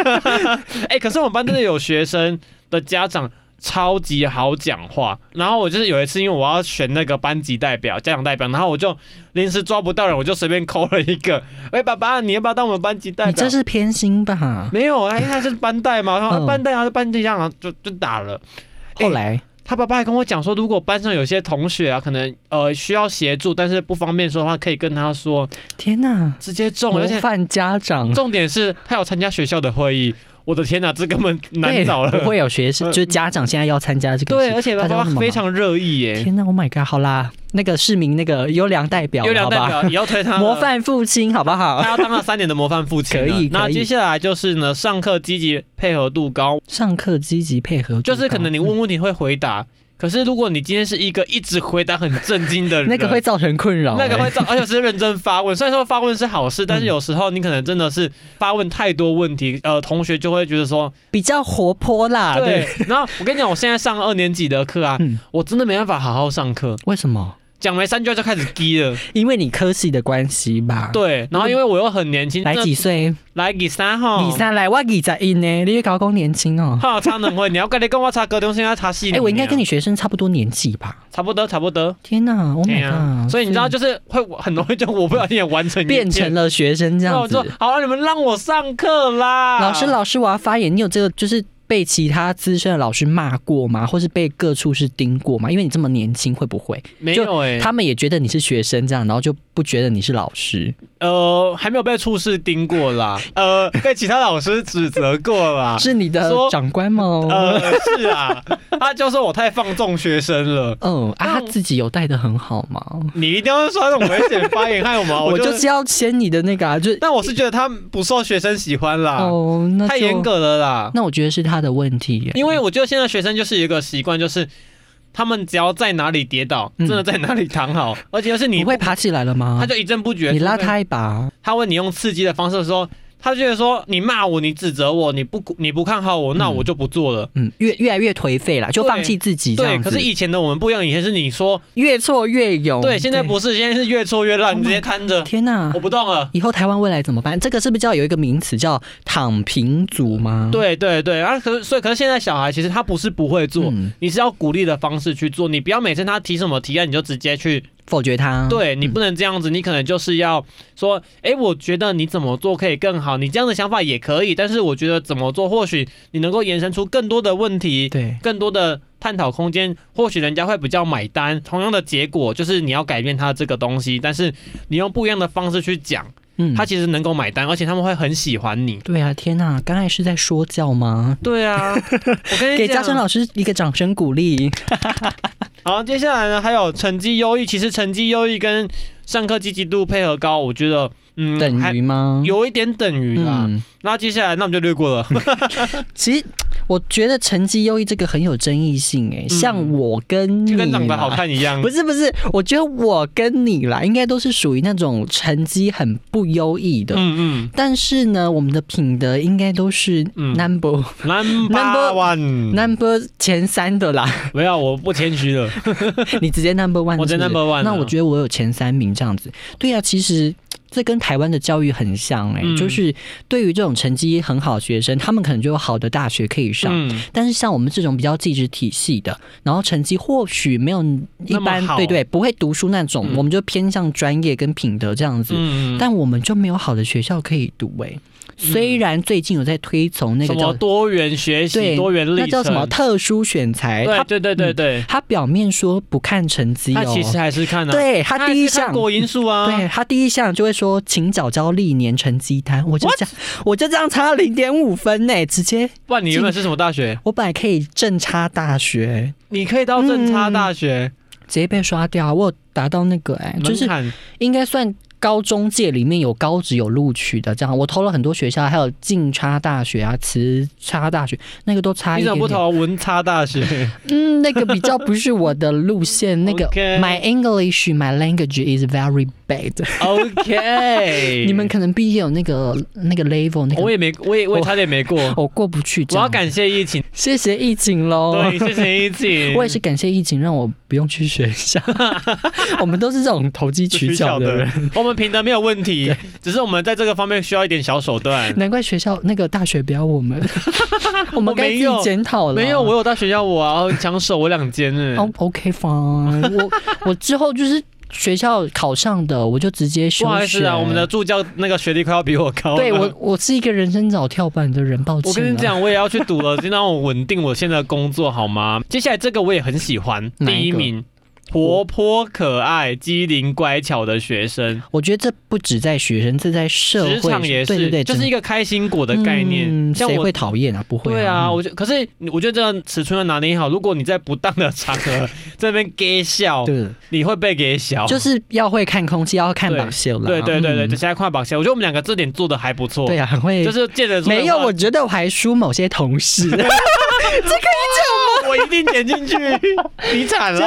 Speaker 2: 哎、可是我们班真的有学生的家长超级好讲话，然后我就是有一次，因为我要选那个班级代表、家长代表，然后我就临时抓不到人，我就随便抠了一个，哎、爸爸，你要不要当我们班级代
Speaker 1: 你
Speaker 2: 表？
Speaker 1: 这是偏心吧？
Speaker 2: 没有，哎，他是班代嘛，然后
Speaker 1: 嗯
Speaker 2: 班代，然后班级这样啊就就打了。哎
Speaker 1: 后来，
Speaker 2: 他爸爸还跟我讲说，如果班上有些同学啊，可能呃需要协助，但是不方便说的话，可以跟他说，
Speaker 1: 天哪，
Speaker 2: 直接中。
Speaker 1: 模
Speaker 2: 而且
Speaker 1: 范家长。
Speaker 2: 重点是他有参加学校的会议，我的天哪、这根本难找
Speaker 1: 对
Speaker 2: 了。
Speaker 1: 不会有学生，
Speaker 2: 嗯
Speaker 1: 就是家长现在要参加这个事，
Speaker 2: 对，而且
Speaker 1: 大
Speaker 2: 爸
Speaker 1: 家
Speaker 2: 爸
Speaker 1: 都那么
Speaker 2: 非
Speaker 1: 忙
Speaker 2: 常热议耶，
Speaker 1: 天哪，Oh my god！好啦，那个市民那个优良代表，
Speaker 2: 优良代
Speaker 1: 好吧，
Speaker 2: 表也要 推他 了
Speaker 1: 模。范父亲，好不好？
Speaker 2: 他要当了三年的模范父亲了，
Speaker 1: 可以嗯
Speaker 2: 那
Speaker 1: 可以
Speaker 2: 接下来就是呢，上课积极配合度高，
Speaker 1: 上课积极配合，
Speaker 2: 就是可能你问问题会回答，可是如果你今天是一个一直回答很震惊的人，
Speaker 1: 那个会造成困扰、
Speaker 2: 那个
Speaker 1: 欸
Speaker 2: 会造，而且是认真发问。虽然说发问是好事，但是有时候你可能真的是发问太多问题，呃，同学就会觉得说，
Speaker 1: 比较活泼啦，啊对，
Speaker 2: 对。然后我跟你讲，我现在上二年级的课啊，
Speaker 1: 嗯
Speaker 2: 我真的没办法好好上课，
Speaker 1: 为什么？
Speaker 2: 讲没三句话就开始低了。
Speaker 1: 因为你科系的关系吧。，
Speaker 2: 对，然后因为我又很年轻，
Speaker 1: 来
Speaker 2: 真的
Speaker 1: 几岁？
Speaker 2: 来几三号，
Speaker 1: 你三来，我几在一呢？你越高工年轻哦。
Speaker 2: 哈差能会，你要跟你跟我差高中，现在差细。
Speaker 1: 哎、我应该跟
Speaker 2: 你
Speaker 1: 你学生差不多年纪吧？
Speaker 2: 差不多，差不多。
Speaker 1: 天哪，Oh
Speaker 2: 对
Speaker 1: my
Speaker 2: 啊
Speaker 1: god！
Speaker 2: 所以你知道，就是会很容易就我不小心也完成一
Speaker 1: 变
Speaker 2: 件
Speaker 1: 成了学生这
Speaker 2: 然后
Speaker 1: 样
Speaker 2: 我
Speaker 1: 子
Speaker 2: 哦就。啊说好了，你们让我上课啦。
Speaker 1: 老师，老师，我要发言。你有这个就是被其他资深的老师骂过吗？或是被各处是盯过吗？因为你这么年轻，会不会
Speaker 2: 没有哎，
Speaker 1: 他们也觉得你是学生这样，然后就不觉得你是老师？
Speaker 2: 呃，还没有被处室盯过啦， 呃，被其他老师指责过
Speaker 1: 。
Speaker 2: 啦
Speaker 1: 是哦你的
Speaker 2: 啊说
Speaker 1: 长官吗？
Speaker 2: 呃，是啊，他就说我太放纵学生了。
Speaker 1: 嗯啊，他
Speaker 2: 那我
Speaker 1: 自己有带的很好吗？
Speaker 2: 你一定要说那种危险发言，害哦我们，
Speaker 1: 我
Speaker 2: 就
Speaker 1: 就。是要签你的那个啊，就是
Speaker 2: 但我是觉得他不受学生喜欢啦，
Speaker 1: 哦，那就
Speaker 2: 啊太严。格了啦。
Speaker 1: 那我觉得是他的问题耶，
Speaker 2: 因为我觉得现在学生就是有一个习惯，就是他们只要在哪里跌倒，
Speaker 1: 嗯
Speaker 2: 真的在哪里躺好，而且就是
Speaker 1: 你
Speaker 2: 你
Speaker 1: 会，爬起来了吗
Speaker 2: 他？就一阵不觉。
Speaker 1: 你拉，他一把，
Speaker 2: 他问你用刺激的方式的时候，他就觉得说你骂我，你指责我，你不你不看好我，那
Speaker 1: 嗯
Speaker 2: 我就不做了。
Speaker 1: 嗯，越越来越颓废了，就
Speaker 2: 对
Speaker 1: 放弃自己这
Speaker 2: 对，
Speaker 1: 样子。哦
Speaker 2: 可是以前的我们不一样，以前是你说，
Speaker 1: 越挫越勇。
Speaker 2: 对，现在不是，现在是越挫越烂，
Speaker 1: Oh
Speaker 2: 你直接瘫着，
Speaker 1: 天哪
Speaker 2: 我！不动了。
Speaker 1: 以后台湾未来怎么办？这个是不是叫有一个名词叫“躺平族”吗？
Speaker 2: 对对对，啊，可是所以可是现在小孩其实他不是不会做，
Speaker 1: 嗯，
Speaker 2: 你是要鼓励的方式去做，你不要每次他提什么提案你就直接去，
Speaker 1: 否决他。
Speaker 2: 对你
Speaker 1: 嗯
Speaker 2: 不能这样子，你可能就是要说，哎，我觉得你怎么做可以更好，你这样的想法也可以，但是我觉得怎么做，或许你能够延伸出更多的问题，
Speaker 1: 对，
Speaker 2: 更多的探讨空间，或许人家会比较买单。同样的结果就是你要改变他这个东西，但是你用不一样的方式去讲，
Speaker 1: 嗯
Speaker 2: 他其实能够买单，而且他们会很喜欢你。
Speaker 1: 对啊，天哪！刚才是在说教吗？
Speaker 2: 对啊，我跟你
Speaker 1: 给嘉
Speaker 2: 讲
Speaker 1: 诚，老师一个掌声鼓励。
Speaker 2: 好，接下来呢还有成绩优异，其实成绩优异跟上课积极度配合高，我觉得嗯
Speaker 1: 等
Speaker 2: 还
Speaker 1: 于吗？
Speaker 2: 有一点等于啦。
Speaker 1: 嗯，
Speaker 2: 那接下来那我们就略过了。
Speaker 1: 其实我觉得成绩优异这个很有争议性哎、像我跟你
Speaker 2: 就嗯跟长得
Speaker 1: 啦
Speaker 2: 好看一样
Speaker 1: 不。是不是，我觉得我跟你啦，应该都是属于那种成绩很不优异的。
Speaker 2: 嗯
Speaker 1: 但是呢，我们的品德应该都是
Speaker 2: 嗯
Speaker 1: number、
Speaker 2: 嗯，Number
Speaker 1: Number-
Speaker 2: One，
Speaker 1: number 前三的啦，
Speaker 2: 没有，我不谦虚了。
Speaker 1: 你直接 number one，
Speaker 2: 我直接
Speaker 1: 嗯是不是
Speaker 2: number one 啊
Speaker 1: 那
Speaker 2: 了
Speaker 1: 我觉得我有前三名这样子。对呀、其实这跟台湾的教育很像哎、
Speaker 2: 嗯
Speaker 1: 就是对于这种成绩很好的学生，他们可能就有好的大学可以上。
Speaker 2: 嗯，
Speaker 1: 但是像我们这种比较技职体系的，然后成绩或许没有一
Speaker 2: 那么
Speaker 1: 般
Speaker 2: 好
Speaker 1: 对对不会读书那种，
Speaker 2: 嗯
Speaker 1: 我们就偏向专业跟品德这样子。
Speaker 2: 嗯，
Speaker 1: 但我们就没有好的学校可以读哎、虽然最近有在推崇那
Speaker 2: 什
Speaker 1: 个
Speaker 2: 么
Speaker 1: 叫
Speaker 2: 多元学习、
Speaker 1: 对
Speaker 2: 多元
Speaker 1: 那
Speaker 2: 历程，
Speaker 1: 叫什么特殊选材，
Speaker 2: 对
Speaker 1: 他
Speaker 2: 对对对对，
Speaker 1: 他表面说不看成绩
Speaker 2: 他
Speaker 1: 哦，
Speaker 2: 其实还是看啊，
Speaker 1: 对他
Speaker 2: 还
Speaker 1: 第一
Speaker 2: 是看
Speaker 1: 项。
Speaker 2: 果因素啊，
Speaker 1: 对他第一项就会说，请缴交历年成绩单，我就
Speaker 2: What？
Speaker 1: 这样，我就这样差零点五分呢，直接
Speaker 2: 不然你原本是什么大学？
Speaker 1: 我本来可以正差大学，
Speaker 2: 你可以到正差大学，
Speaker 1: 直接被刷掉，啊我有达到那个哎、就是
Speaker 2: 门槛
Speaker 1: 应该算高中界里面有高职有录取的这样。我投了很多学校，还有进差大学啊、慈差大学，那个都差一
Speaker 2: 你怎
Speaker 1: 点
Speaker 2: 么不
Speaker 1: 点。
Speaker 2: 投文差大学？
Speaker 1: 嗯，那个比较不是我的路线。那个
Speaker 2: OK
Speaker 1: My English, my language is very bad。
Speaker 2: OK，
Speaker 1: 你们可能毕业有那个那个 level 那
Speaker 2: 我
Speaker 1: 个。
Speaker 2: 也没，我也我也差点没过。
Speaker 1: 我过不去，
Speaker 2: 我
Speaker 1: 这样
Speaker 2: 要感谢疫情，
Speaker 1: 谢谢疫情喽。
Speaker 2: 对，谢谢疫情。
Speaker 1: 哦 我也是感谢疫情，让我不用去学 校。我们都是这种投机取巧的人，，
Speaker 2: 我们平等没有问题，只是我们在这个方面需要一点小手段。
Speaker 1: 难怪学校那个大学不要我 们，我
Speaker 2: 我
Speaker 1: 们该自
Speaker 2: 没有
Speaker 1: 己检讨了。
Speaker 2: 没有，我有大学要我啊，抢手我两间欸 呢。
Speaker 1: 哦、o k fine 我。我之后就是学校考上的，我就直接休
Speaker 2: 不好意
Speaker 1: 学。
Speaker 2: 思啊，我们的助教那个学历快要比我高了。
Speaker 1: 对我，我是一个人生早跳板的人，抱歉。
Speaker 2: 我跟你， 讲，我也要去读了，就让我稳定我现在的工作好吗？接下来这个我也很喜欢，
Speaker 1: 嗯哪一个
Speaker 2: 第一名，活泼可爱、机灵乖巧的学生，
Speaker 1: 我觉得这不止在学生，这在社会
Speaker 2: 职场也是，
Speaker 1: 对对对，嗯
Speaker 2: 就是一
Speaker 1: 个
Speaker 2: 个开心果的概念。像
Speaker 1: 谁
Speaker 2: 我
Speaker 1: 会讨厌啊？不会、
Speaker 2: 对啊，
Speaker 1: 嗯
Speaker 2: 我觉可是你我觉得这样尺寸要拿捏好。如果你在不当的场 合在那边给笑，
Speaker 1: 对，
Speaker 2: 你会被给笑。
Speaker 1: 就是要会看空气，要看
Speaker 2: 哦对
Speaker 1: 把秀啦。
Speaker 2: 对对对对，
Speaker 1: 嗯
Speaker 2: 就现在快把笑。我觉得我们两个这点做的还不错，
Speaker 1: 对啊，很会。
Speaker 2: 就是见人说人
Speaker 1: 没有，
Speaker 2: 话
Speaker 1: 我觉得我还输某些同事。
Speaker 2: 我一定点进去， 你惨了。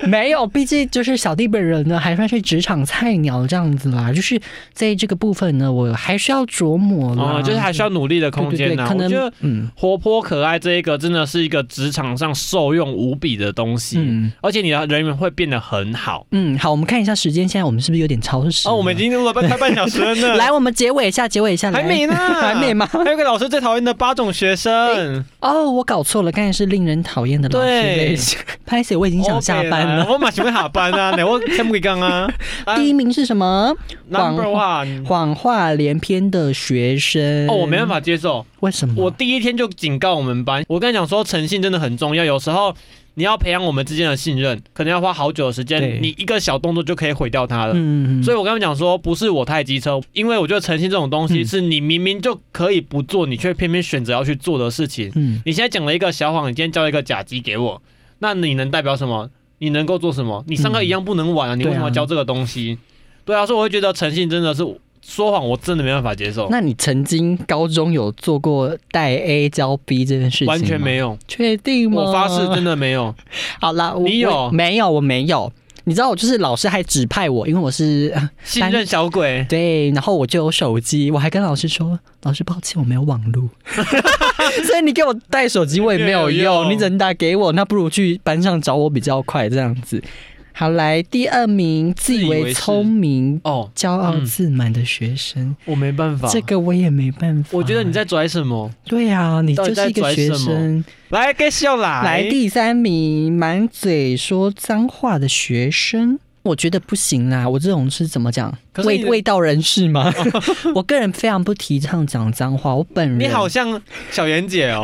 Speaker 1: 没有，毕竟就是小弟本人呢，还算是职场菜鸟这样子啦。就是在这个部分呢，我还需要琢磨啦，
Speaker 2: 哦，就是还需要努力的空
Speaker 1: 对对
Speaker 2: 间呢、
Speaker 1: 对可
Speaker 2: 我觉
Speaker 1: 能
Speaker 2: 得
Speaker 1: 嗯
Speaker 2: 活泼可爱这一个真的是一个职场上受用无比的东西，
Speaker 1: 嗯
Speaker 2: 而且你的人缘会变得很好。
Speaker 1: 嗯，好，我们看一下时间，现在我们是不是有点超时？
Speaker 2: 哦，我们已。经录了半快半小时了 呢。
Speaker 1: 来，我们结尾一下，结尾一下，
Speaker 2: 还
Speaker 1: 来
Speaker 2: 没呢
Speaker 1: 还没吗？
Speaker 2: 还有一个老师最讨厌的八种学生，
Speaker 1: 哦，我搞错了，刚才是令人讨厌的老师
Speaker 2: 对
Speaker 1: 类型。 拍谁？我已经想下班了。
Speaker 2: 哦我马上会下 班啊，你我听不刚啊。啊
Speaker 1: 第一名是什么？
Speaker 2: Number one，哦
Speaker 1: 谎话连篇的学生。
Speaker 2: 嗯哦，我没办，法接受，
Speaker 1: 为什么？
Speaker 2: 我第一天就警告我们班，我跟你讲说，诚信真的很重要。有时候你要培养我们之间的信任，可能要花好久的时
Speaker 1: 对
Speaker 2: 间，你一个小动作就可以毁掉它了。
Speaker 1: 嗯，
Speaker 2: 呃所
Speaker 1: 以
Speaker 2: 以我跟他们讲说，不是我太机车，因为我觉得诚信这种东西
Speaker 1: 嗯
Speaker 2: 是你明明就可以不做，你却偏偏选择要去做的事情。
Speaker 1: 嗯，
Speaker 2: 你现在讲了一个小谎，你今天交了一个假鸡给我，那你能代表什么？你能够做什么？你上课一样不能玩啊！你为什
Speaker 1: 嗯
Speaker 2: 么要教这个东西？对啊，所以我会觉得诚信真的是说谎，我真的没办法接受，
Speaker 1: 那你曾经高中有做过带 A 教 B 这件事情吗
Speaker 2: 完全没，有，
Speaker 1: 确定吗？
Speaker 2: 我发誓真的没有。
Speaker 1: 好啦，我
Speaker 2: 你有
Speaker 1: 我没有？我没有。你知道我就是老师还指派我，因为我是，
Speaker 2: 信任小鬼
Speaker 1: 对，然后我就有手机，我还跟老师说，老师抱歉，我没有网 路， 所以你给我带手机我也没有
Speaker 2: 没有
Speaker 1: 用，
Speaker 2: 用
Speaker 1: 你只能打给我，那不如去班上找我比较快这样子。好，来第二名，自以
Speaker 2: 以为
Speaker 1: 为
Speaker 2: 是
Speaker 1: 聪明、
Speaker 2: 哦，
Speaker 1: 骄傲
Speaker 2: 嗯
Speaker 1: 自满的学生，
Speaker 2: 我没办法。
Speaker 1: 这个我也没办法。
Speaker 2: 我觉得你在拽什么？
Speaker 1: 对啊，你
Speaker 2: 到底
Speaker 1: 就是一个
Speaker 2: 在拽
Speaker 1: 学
Speaker 2: 什么
Speaker 1: 生。
Speaker 2: 来，给笑哎来，
Speaker 1: 哎来第三名，满嘴说脏话的学生。我觉得不行啦，我这种是怎么讲
Speaker 2: 可？是你
Speaker 1: 味
Speaker 2: 的
Speaker 1: 味道人士吗？ 我个人非常不提倡讲脏话，我本人
Speaker 2: 你好像小妍姐哦，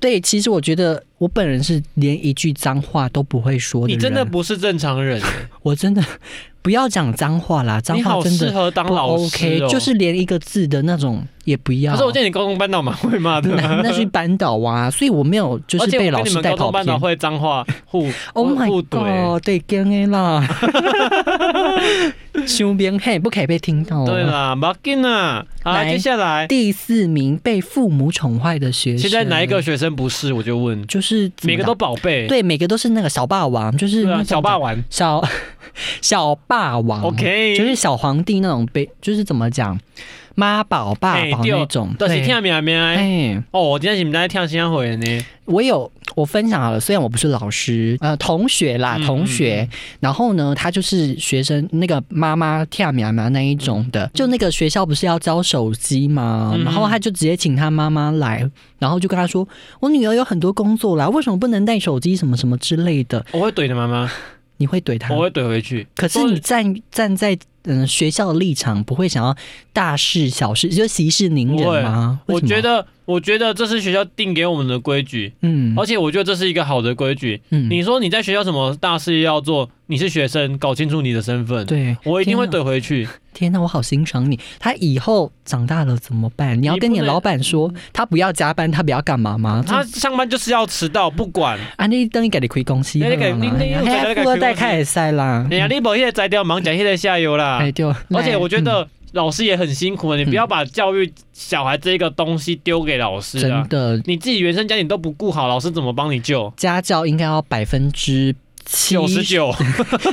Speaker 1: 对，其实我觉得我本人是连一句脏话都不会说的
Speaker 2: 你
Speaker 1: 人，
Speaker 2: 真的，不是正常人，
Speaker 1: 我真的不要讲脏话啦，脏
Speaker 2: 你
Speaker 1: 话
Speaker 2: 好
Speaker 1: 真
Speaker 2: 适
Speaker 1: 的
Speaker 2: 合当
Speaker 1: 不
Speaker 2: 老师
Speaker 1: OK，
Speaker 2: 哦。啊
Speaker 1: 就是连一个字的那种也不 要。
Speaker 2: 可是我见你高中班导蛮会骂的，
Speaker 1: 那那是扳倒啊，所以我没有就
Speaker 2: 而
Speaker 1: 是
Speaker 2: 且
Speaker 1: 被
Speaker 2: 我
Speaker 1: 老
Speaker 2: 跟你
Speaker 1: 师
Speaker 2: 们
Speaker 1: 带
Speaker 2: 高
Speaker 1: 跑
Speaker 2: 中班导
Speaker 1: 偏。
Speaker 2: 会脏话 互
Speaker 1: Oh
Speaker 2: 互
Speaker 1: my
Speaker 2: 怼，
Speaker 1: god！对，干 A 啦，胸边嘿，不可以被听到哦。
Speaker 2: 对啦，不要紧啦。好啦，
Speaker 1: 来
Speaker 2: 接下来
Speaker 1: 第四名被父母宠坏的学生，
Speaker 2: 现在哪一个学生不是？我就问，
Speaker 1: 就是怎么
Speaker 2: 每个
Speaker 1: 讲
Speaker 2: 都宝贝，
Speaker 1: 对，每个都是那个小霸王，就是
Speaker 2: 对
Speaker 1: 那
Speaker 2: 啊，
Speaker 1: 种
Speaker 2: 小霸王
Speaker 1: 小 小霸王
Speaker 2: ，OK，
Speaker 1: 哦就是小皇帝那种被，就是怎么讲，妈宝爸
Speaker 2: 嘿
Speaker 1: 宝
Speaker 2: 对哦
Speaker 1: 那种，
Speaker 2: 就是听命命。
Speaker 1: 哎，
Speaker 2: 哦，我今天是不是在听啥回呢？
Speaker 1: 我有我分享好了，虽然我不是老师，呃，同学啦，
Speaker 2: 嗯
Speaker 1: 同学。然后呢，他就是学生那个妈妈跳苗苗那一种的，就那个学校不是要交手机嘛，
Speaker 2: 嗯
Speaker 1: 然后他就直接请他妈妈来，然后就跟他说：“我女儿有很多工作啦，为什么不能带手机什么什么之类的
Speaker 2: 我会怼你妈妈，？”
Speaker 1: 你会怼他
Speaker 2: 我，会怼回去。
Speaker 1: 可是你站站在嗯、学校的立场，不会想要大事小事就息事宁人吗？
Speaker 2: 我
Speaker 1: 为什么
Speaker 2: 觉，得，我觉得这是学校定给我们的规矩，
Speaker 1: 嗯
Speaker 2: 而且我觉得这是一个好的规矩。
Speaker 1: 嗯，
Speaker 2: 你说你在学校什么大事要做，你是学生，搞清楚你的身份。
Speaker 1: 对，
Speaker 2: 我一定会
Speaker 1: 天哪
Speaker 2: 怼 回去。
Speaker 1: 天呐，我好欣赏你。他以后长大了怎么办？你要
Speaker 2: 你
Speaker 1: 跟
Speaker 2: 不
Speaker 1: 你
Speaker 2: 能嗯
Speaker 1: 老板说，他不要加班，他不要干嘛吗？
Speaker 2: 他
Speaker 1: 这
Speaker 2: 上班就是要迟到，不管。
Speaker 1: 啊，你等你给你亏公司好
Speaker 2: 你
Speaker 1: 啦，
Speaker 2: 给你你有
Speaker 1: 哎
Speaker 2: 在那个
Speaker 1: 嘿富二代
Speaker 2: 开公司
Speaker 1: 开始赛啦
Speaker 2: 哎，呀，你把现在摘掉，忙讲现在下游
Speaker 1: 嗯
Speaker 2: 啦。
Speaker 1: 哎对，
Speaker 2: 而且我觉
Speaker 1: 嗯
Speaker 2: 得老师也很辛苦啊，你不要把教育小孩这个东西丢给老师啊
Speaker 1: 嗯真。的
Speaker 2: 你自己原生家庭都不顾好，老师怎么帮你救？
Speaker 1: 家教应该要百分之。
Speaker 2: 九十，九，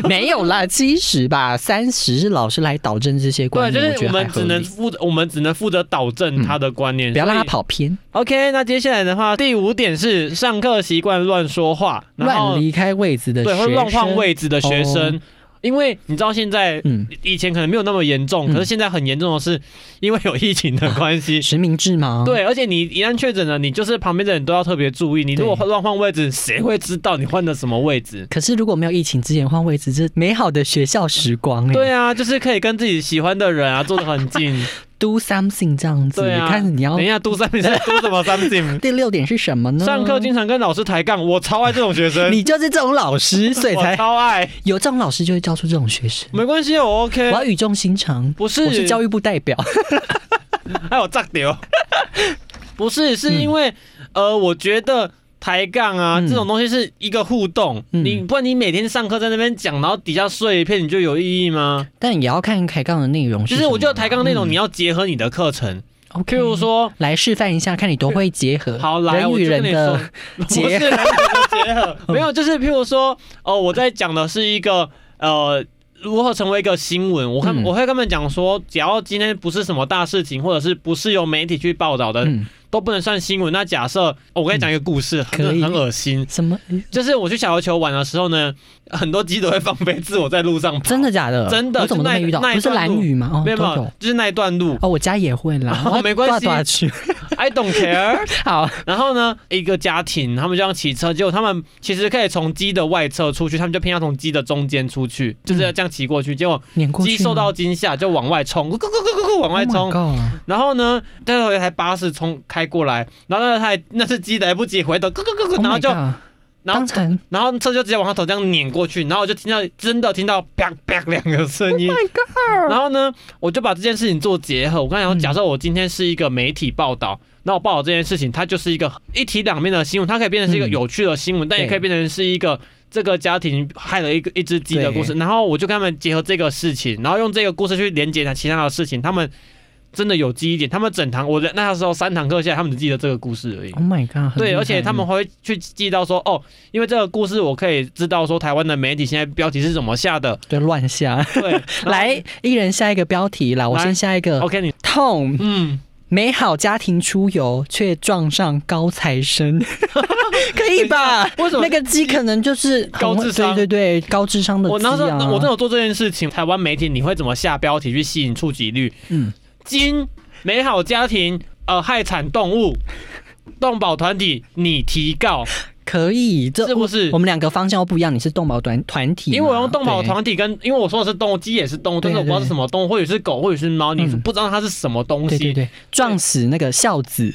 Speaker 1: 没有啦， 七十吧，三十是老师来导正这些观
Speaker 2: 对，就
Speaker 1: 念，
Speaker 2: 是
Speaker 1: 觉
Speaker 2: 我
Speaker 1: 得还
Speaker 2: 们
Speaker 1: 合
Speaker 2: 只能
Speaker 1: 理嗯
Speaker 2: 负，我们只能负责导正他的观念，
Speaker 1: 不要让他
Speaker 2: 所以。
Speaker 1: 跑偏，
Speaker 2: OK，那接下来的话，第五点是上课习惯乱说话，然后
Speaker 1: 乱离开位置的
Speaker 2: 对，会
Speaker 1: 学
Speaker 2: 乱换
Speaker 1: 生，哦
Speaker 2: 位置的学生，因为你知道现在
Speaker 1: 嗯，
Speaker 2: 以前可能没有那么严重，
Speaker 1: 嗯，
Speaker 2: 可是现在很严重的是，因为有疫情的关系
Speaker 1: 实名制吗？，
Speaker 2: 对，而且你一旦确诊了，你就是旁边的人都要特别注意。你如果
Speaker 1: 啊对
Speaker 2: 乱换位置，谁会知道你换的什么位置？
Speaker 1: 可是如果没有疫情之前换位置，这美好的学校时光、哎。
Speaker 2: 对啊，就是可以跟自己喜欢的人啊坐得很 近。
Speaker 1: do something 这样子，
Speaker 2: 对啊，
Speaker 1: 看你要
Speaker 2: 等一下读三 你在读什么 something？
Speaker 1: 第六点是什么呢？
Speaker 2: 上课经常跟老师抬杠，我超爱这种学 生，
Speaker 1: 你就是这种老师，所以
Speaker 2: 我
Speaker 1: 才
Speaker 2: 超爱。
Speaker 1: 有这种老师就会教出这种学生。
Speaker 2: 没关系，我
Speaker 1: 我
Speaker 2: OK。
Speaker 1: 要语重心长，
Speaker 2: 不是，
Speaker 1: 我是教育部代表，
Speaker 2: 哎，我炸掉。不是，是因为、呃，我觉得抬杠啊、
Speaker 1: 嗯
Speaker 2: 这种东西是一个互动，
Speaker 1: 嗯
Speaker 2: 你不然你每天上课在那边讲，然后底下碎一片，你就有意义吗？
Speaker 1: 但也要看抬杠的内容
Speaker 2: 其
Speaker 1: 什
Speaker 2: 实
Speaker 1: 么
Speaker 2: 我觉得抬杠内容
Speaker 1: 嗯
Speaker 2: 你要结合你的课程，
Speaker 1: OK，
Speaker 2: 譬如说，
Speaker 1: 来示范一下，看你多会结合
Speaker 2: 好来，
Speaker 1: 人
Speaker 2: 我
Speaker 1: 与
Speaker 2: 就
Speaker 1: 人
Speaker 2: 跟你说
Speaker 1: 的，
Speaker 2: 不是
Speaker 1: 结合嗯
Speaker 2: 人与人的结合，没有，就是譬如说，哦，我在讲的是一个呃。如何成为一个新闻？我看、
Speaker 1: 嗯
Speaker 2: 我会跟他们讲说，只要今天不是什么大事情，或者是不是由媒体去报道的，
Speaker 1: 嗯，
Speaker 2: 都不能算新闻。那假设、哦我跟你讲一个故事，
Speaker 1: 可
Speaker 2: 很
Speaker 1: 以
Speaker 2: 很恶心，
Speaker 1: 什么？
Speaker 2: 就是我去小琉球玩的时候呢，很多鸡都会放飞自我在路上跑，
Speaker 1: 真的假的？
Speaker 2: 真的
Speaker 1: 我怎么都没遇到？
Speaker 2: 就那一
Speaker 1: 不是蓝雨吗？哦，
Speaker 2: 没有
Speaker 1: 都
Speaker 2: 没有
Speaker 1: 有。，
Speaker 2: 就是那一段路
Speaker 1: 哦，我家也会啦，
Speaker 2: 哦
Speaker 1: 我要
Speaker 2: 没关系
Speaker 1: 挂挂去
Speaker 2: ，I don't care。
Speaker 1: 好，
Speaker 2: 然后呢，一个家庭他们这样骑车，结果他们其实可以从鸡的外侧出去，他们就偏要从鸡的中间出去，就是要这样骑过去。结果
Speaker 1: 碾嗯过去
Speaker 2: 鸡
Speaker 1: 吗。
Speaker 2: 受到惊吓就往外冲，咕咕咕咕咕咕往外
Speaker 1: Oh my
Speaker 2: 冲。
Speaker 1: God
Speaker 2: 然后呢，但是有一台巴士冲开过来，然后那台那只鸡来不及回头，咕咕咕咕，然后就
Speaker 1: Oh my God
Speaker 2: 然后
Speaker 1: 当场
Speaker 2: 然后车就直接往他头这样碾过去，然后我就听到真的听到啪啪两个声音。然后呢，我就把这件事情做结合。我刚才讲，
Speaker 1: 嗯
Speaker 2: 假设我今天是一个媒体报道，那我报道这件事情，它就是一个一体两面的新闻，它可以变成是一个
Speaker 1: 嗯
Speaker 2: 有趣的新闻，但也
Speaker 1: 对
Speaker 2: 可以变成是一个这个家庭害了一个一只鸡的故事。然后我就跟他们结合这个事情，然后用这个故事去连接其他的事情，他们。真的有记忆点，他们整堂我的那时候三堂课下来，他们只记得这个故事而已。
Speaker 1: ，Oh my god！很厉
Speaker 2: 对，
Speaker 1: 害
Speaker 2: 而且他们会去记到说，哦，因为这个故事，我可以知道说台湾的媒体现在标题是怎么 下的。
Speaker 1: 就乱 下
Speaker 2: 对，然后
Speaker 1: 来，一人下一个标题啦，我
Speaker 2: 来哦
Speaker 1: 先下一个。
Speaker 2: ，OK，你，
Speaker 1: 痛，
Speaker 2: 嗯，
Speaker 1: 美好家庭出游却撞上高材生， 可以吧？
Speaker 2: 为什么
Speaker 1: 那个鸡可能就是很
Speaker 2: 高智商
Speaker 1: 对对对，高智商的
Speaker 2: 我
Speaker 1: 鸡啊。
Speaker 2: 那时候我真的有做这件事情，台湾媒体你会怎么下标题去吸引触及率？
Speaker 1: 嗯，
Speaker 2: 金美好家庭，呃，害惨动 物，动保团体你提告，
Speaker 1: 可以，这
Speaker 2: 是不是
Speaker 1: 我？们两个方向又不一样，你是动保团团体嘛，
Speaker 2: 因为我用动保
Speaker 1: 对，
Speaker 2: 团体跟，因为我说的是动物，鸡也是动物，但
Speaker 1: 对啊
Speaker 2: 是我不知道是什么动物，或者是狗，或者是猫，你
Speaker 1: 嗯
Speaker 2: 不知道它是什么东
Speaker 1: 对对
Speaker 2: 西。
Speaker 1: 对，撞死那个孝子，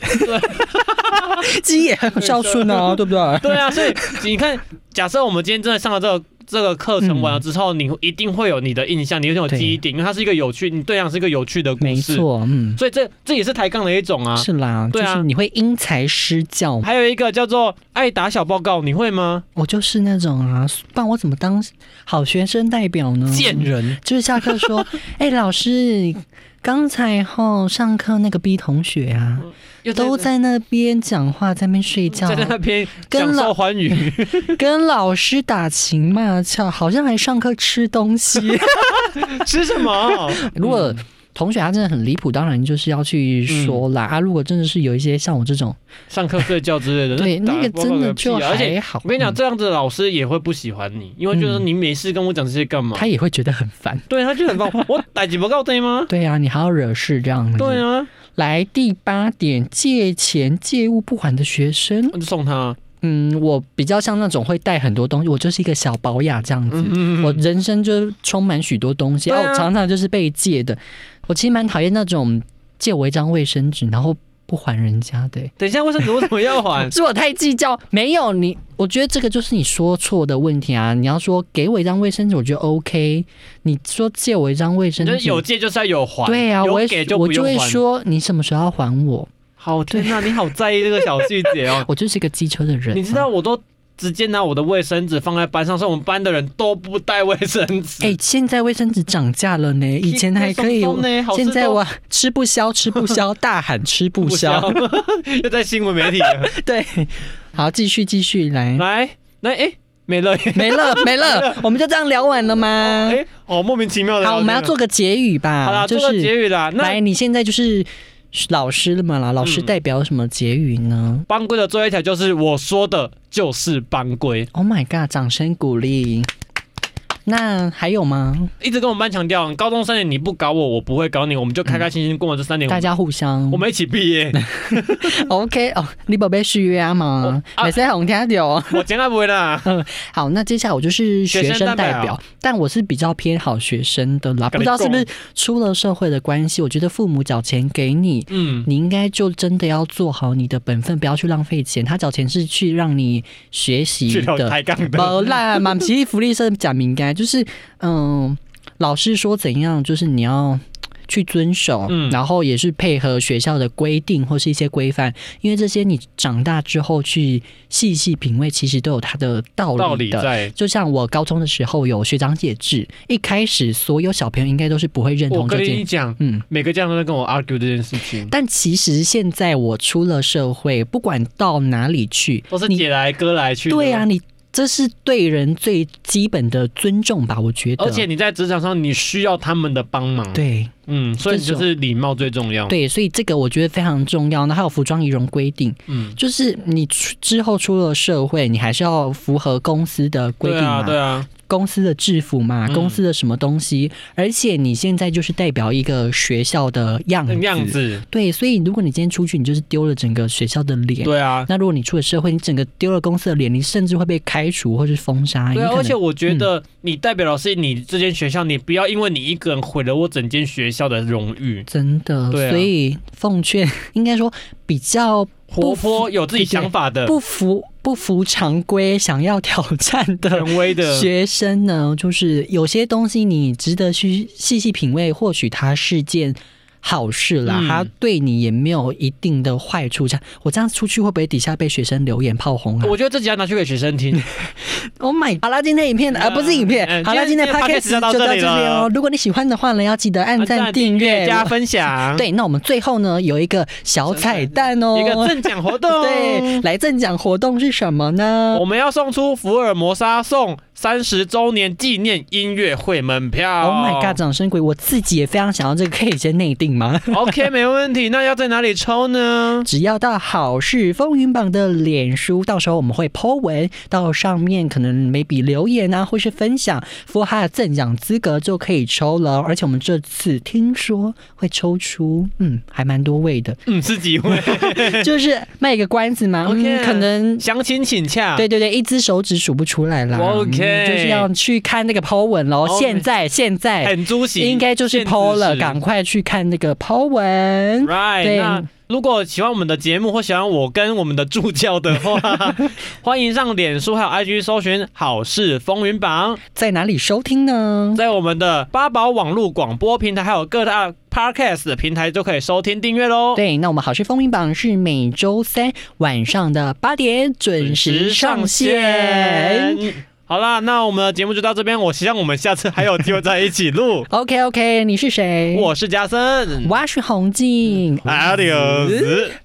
Speaker 1: 鸡也很孝顺啊，对不对？
Speaker 2: 对啊，所以 你看，假设我们今天真的上了这个这个课程
Speaker 1: 嗯
Speaker 2: 完了之后，你一定会有你的印象，你一定有记忆点，因为它是一个有趣，你对象是一个有趣的故
Speaker 1: 没
Speaker 2: 事，
Speaker 1: 错，嗯，
Speaker 2: 所以这这也是抬杠的一种啊。
Speaker 1: 是啦，
Speaker 2: 对
Speaker 1: 就
Speaker 2: 啊
Speaker 1: 是你会因材施教，
Speaker 2: 还有一个叫做爱打小报告，你会吗？
Speaker 1: 我就是那种啊，不然我怎么当好学生代表呢？
Speaker 2: 贱人，
Speaker 1: 就是下课 说，哎、老师，刚才吼上课那个 B 同学啊，
Speaker 2: 嗯又
Speaker 1: 都在那边讲话，在那边睡觉
Speaker 2: 在，那边
Speaker 1: 跟
Speaker 2: 享
Speaker 1: 老
Speaker 2: 受欢愉，
Speaker 1: 跟老师打情骂俏，好像还上课吃东 西。
Speaker 2: 吃什 么？
Speaker 1: 如果同学他真的很离谱，当然就是要去说
Speaker 2: 嗯
Speaker 1: 啦。啊，如果真的是有一些像我这种，
Speaker 2: 上课睡觉之类的，
Speaker 1: 对，
Speaker 2: 打
Speaker 1: 那个
Speaker 2: 报告
Speaker 1: 真的
Speaker 2: 个屁
Speaker 1: 就
Speaker 2: 啊而且
Speaker 1: 还好。
Speaker 2: 我跟你讲，
Speaker 1: 嗯
Speaker 2: 这样子的老师也会不喜欢你，因为就是你没事跟我讲这些干嘛？
Speaker 1: 他也会觉得很烦。
Speaker 2: 对，他就很棒。 我打几报告对吗？
Speaker 1: 对啊，你还要惹事这样子。
Speaker 2: 对啊，
Speaker 1: 来第八点，借钱借物不还的学生。
Speaker 2: 我就送他。啊
Speaker 1: 嗯，我比较像那种会带很多东西，我就是一个小保雅这样子。
Speaker 2: 嗯
Speaker 1: 我人生就是充满许多东西，
Speaker 2: 对
Speaker 1: 然
Speaker 2: 啊
Speaker 1: 后我常常就是被借的。我其实蛮讨厌那种借我一张卫生纸，然后不还人家的、欸？
Speaker 2: 等一下，卫生纸为什么要还
Speaker 1: 是我太计较，没有你，我觉得这个就是你说错的问题啊！你要说给我一张卫生纸，我觉得 OK。你说借我一张卫 生
Speaker 2: 就是
Speaker 1: 纸，
Speaker 2: 有借就是要有还，
Speaker 1: 对啊，
Speaker 2: 有
Speaker 1: 我
Speaker 2: 给
Speaker 1: 也
Speaker 2: 就
Speaker 1: 我
Speaker 2: 不
Speaker 1: 就
Speaker 2: 用
Speaker 1: 会
Speaker 2: 还。
Speaker 1: 说你什么时候要还我？
Speaker 2: 好天哪，你
Speaker 1: 。
Speaker 2: 好在意这个小细节哦
Speaker 1: 我就是一个机车的人、啊
Speaker 2: 你知道，我都直接拿我的卫生纸放在班上，所以我们班的人都不带卫生纸。
Speaker 1: 哎、现在卫生纸涨价了呢，以前还可以
Speaker 2: 松，松 呢好吃
Speaker 1: 现在
Speaker 2: 多
Speaker 1: 我 吃不消，吃不 消，大喊吃不
Speaker 2: 不消
Speaker 1: 消。，
Speaker 2: 又在新闻媒体了
Speaker 1: 对，好，继续继续 来，
Speaker 2: 来，来，哎，没了耶，
Speaker 1: 没了没了，我们就这样聊完了吗？
Speaker 2: 哎，哦，莫名其妙的。
Speaker 1: 嗯好，我们要做。个结语吧。
Speaker 2: 好啦，
Speaker 1: 就
Speaker 2: 做
Speaker 1: 是
Speaker 2: 个结语啦。那
Speaker 1: 来，你现在就是老师了嘛啦？老师
Speaker 2: 嗯
Speaker 1: 代表什么结语呢、
Speaker 2: 班规的最后一条就是我说的，就是班规，
Speaker 1: o h？Oh my god！掌声鼓励。那还有吗？
Speaker 2: 一直跟我们班强调，高中三年你不搞我，我不会搞你，我们就开开心心过完这三年。
Speaker 1: 大家嗯互相
Speaker 2: 我们一起毕业，
Speaker 1: OK 哦，你宝贝续约啊嘛
Speaker 2: 我，啊
Speaker 1: 每次红听到哦。
Speaker 2: 我真爱不会啦。
Speaker 1: 好，那接下来我就是学
Speaker 2: 学生
Speaker 1: 生
Speaker 2: 代表
Speaker 1: 代表，但我是比较偏好学生的啦。不
Speaker 2: 跟你
Speaker 1: 知道是不是出了社会的关系，我觉得父母缴钱给你，
Speaker 2: 嗯，
Speaker 1: 你应该就真的要做好你的本分，不要去浪费钱。他缴钱是去让 你学习
Speaker 2: 去聊
Speaker 1: 的，
Speaker 2: 抬杠的。
Speaker 1: 不啦，满其福利社讲敏感， 就是嗯，老师说怎样，就是你要。去遵守，
Speaker 2: 嗯
Speaker 1: 然后也是配合学校的规定或是一些规范，因为这些你长大之后去细细品味，其实都有它的道
Speaker 2: 道
Speaker 1: 理
Speaker 2: 理
Speaker 1: 的。
Speaker 2: 在。
Speaker 1: 就像我高中的时候有学长姐制，一开始所有小朋友应该都是不会认
Speaker 2: 我
Speaker 1: 同这
Speaker 2: 跟
Speaker 1: 件
Speaker 2: 你，讲，
Speaker 1: 嗯，
Speaker 2: 每个家长都在跟我 argue 这件事情，
Speaker 1: 但其实现在我出了社会，不管到哪里去，
Speaker 2: 都是
Speaker 1: 你
Speaker 2: 姐来哥来去。
Speaker 1: 对啊，，你这是对人最基本的尊重吧？我觉得，
Speaker 2: 而且你在职场上，你需要他们的帮忙。，
Speaker 1: 对
Speaker 2: 嗯，所以
Speaker 1: 这种
Speaker 2: 就是礼貌最重要。，
Speaker 1: 对，所以这个我觉得非常重要。那还有服装仪容规定，
Speaker 2: 嗯，
Speaker 1: 就是你出之后出了社会，你还是要符合公司的规
Speaker 2: 对
Speaker 1: 定嘛，
Speaker 2: 啊，对啊，
Speaker 1: 公司的制服嘛，
Speaker 2: 嗯
Speaker 1: 公司的什么东西，而且你现在就是代表一个学校的样子。
Speaker 2: 啊样子，
Speaker 1: 对，所以如果你今天出去，你就是丢了整个学校的脸。
Speaker 2: 对啊。
Speaker 1: 那如果你出了社会，你整个丢了公司的脸，你甚至会被开除或是封杀。
Speaker 2: 对
Speaker 1: 你可
Speaker 2: 啊，
Speaker 1: 能嗯
Speaker 2: 而且我觉得你代表的是你这间学校，你不要因为你一个人毁了我整间学校的荣誉。
Speaker 1: 真的，
Speaker 2: 对啊
Speaker 1: 所以奉劝，应该说比较
Speaker 2: 活泼有自己
Speaker 1: 对对
Speaker 2: 想法的，
Speaker 1: 不服不服常规、想要挑战的
Speaker 2: 权威的，
Speaker 1: 学生呢，就是有些东西你值得去细细品味，或许它是件。好事啦，
Speaker 2: 嗯
Speaker 1: 它对你也没有一定的坏处。这样，我这样出去会不会底下被学生留言炮轰啊
Speaker 2: 我觉得这几要拿去给学生听。
Speaker 1: ？Oh my！好啦，今天影片呃不是影片，
Speaker 2: 嗯
Speaker 1: 好啦，
Speaker 2: 今
Speaker 1: 今天
Speaker 2: 天
Speaker 1: 的
Speaker 2: 今天
Speaker 1: podcast 就
Speaker 2: podcast
Speaker 1: 到
Speaker 2: 就到
Speaker 1: 这
Speaker 2: 这
Speaker 1: 里
Speaker 2: 里了
Speaker 1: 哦。如果你喜欢的话呢，要记得按赞、订阅、
Speaker 2: 加分享，
Speaker 1: 对，那我们最后呢有一个小彩蛋哦，
Speaker 2: 一个赠奖活动。
Speaker 1: 对，来赠奖活动是什么呢
Speaker 2: 我？们要送出福尔摩沙送三十周年纪念音乐会门票。
Speaker 1: Oh my god！掌声鬼，我自己也非常想要这个，可以先内定吗？
Speaker 2: OK，没问题。那要在哪里抽呢？
Speaker 1: 只要到好事风云榜的脸书，到时候我们会 po 文，到上面可能 maybe 留言啊，或是分享，符合他的赠奖资格就可以抽了。而且我们这次听说会抽出，嗯，还蛮多位 的，
Speaker 2: 嗯，是几位？
Speaker 1: 就是卖个关子嘛
Speaker 2: OK
Speaker 1: 嗯，可能。
Speaker 2: 详情请洽。
Speaker 1: 对对对，一只手指数不出来啦。
Speaker 2: 啊 OK 哦
Speaker 1: 嗯就是要去看那个 Po 文喽。
Speaker 2: OK
Speaker 1: 现在现在
Speaker 2: 很出席，
Speaker 1: 应该就是
Speaker 2: 限制
Speaker 1: Po 了，
Speaker 2: 是
Speaker 1: 赶快去看那个 Po 文。
Speaker 2: Right，
Speaker 1: 对
Speaker 2: 那如果喜欢我们的节目或喜欢我跟我们的助教的 话，欢迎上脸书还有 IG 搜寻“好事风云榜
Speaker 1: 在哪里收听”，呢？
Speaker 2: 在我们的八宝网络广播平台还有各大 Podcast 的平台都可以收听订阅喽。
Speaker 1: 对，那我们好事风云榜是每周三晚上的八点准时上线。。。
Speaker 2: 好啦，那我们的节目就到这边，我希望我们下次还有机会在一起录
Speaker 1: OK OK，你是谁？
Speaker 2: 我是嘉森
Speaker 1: 我是洪静。
Speaker 2: ，Adios。